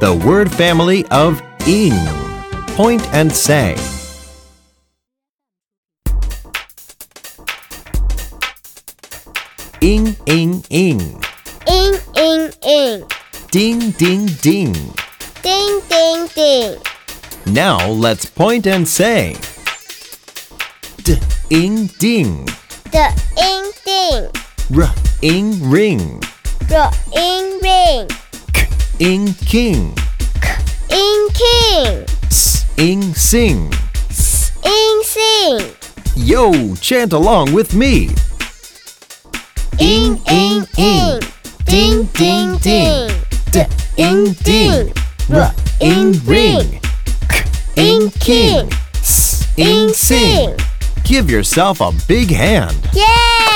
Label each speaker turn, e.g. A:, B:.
A: the word family of ing. Point and say. Ing, ing, ing.
B: Ing, ing, ing.
A: Ding, ding, ding.
B: Ding, ding, ding.
A: Now let's point and say. D, ing, ding.
B: The ing, ding.
A: R, ing, ring.
B: The ing, ring.
A: Ing, king.
B: Ing, king.
A: S, ing, sing.
B: Ing, sing.
A: Yo, chant along with me. Ing, ing, ing. Ding, ding, ding. D, ing, ding. R, ing, ring. K, ing, king. S, ing, sing. Give yourself a big hand.
B: Yay!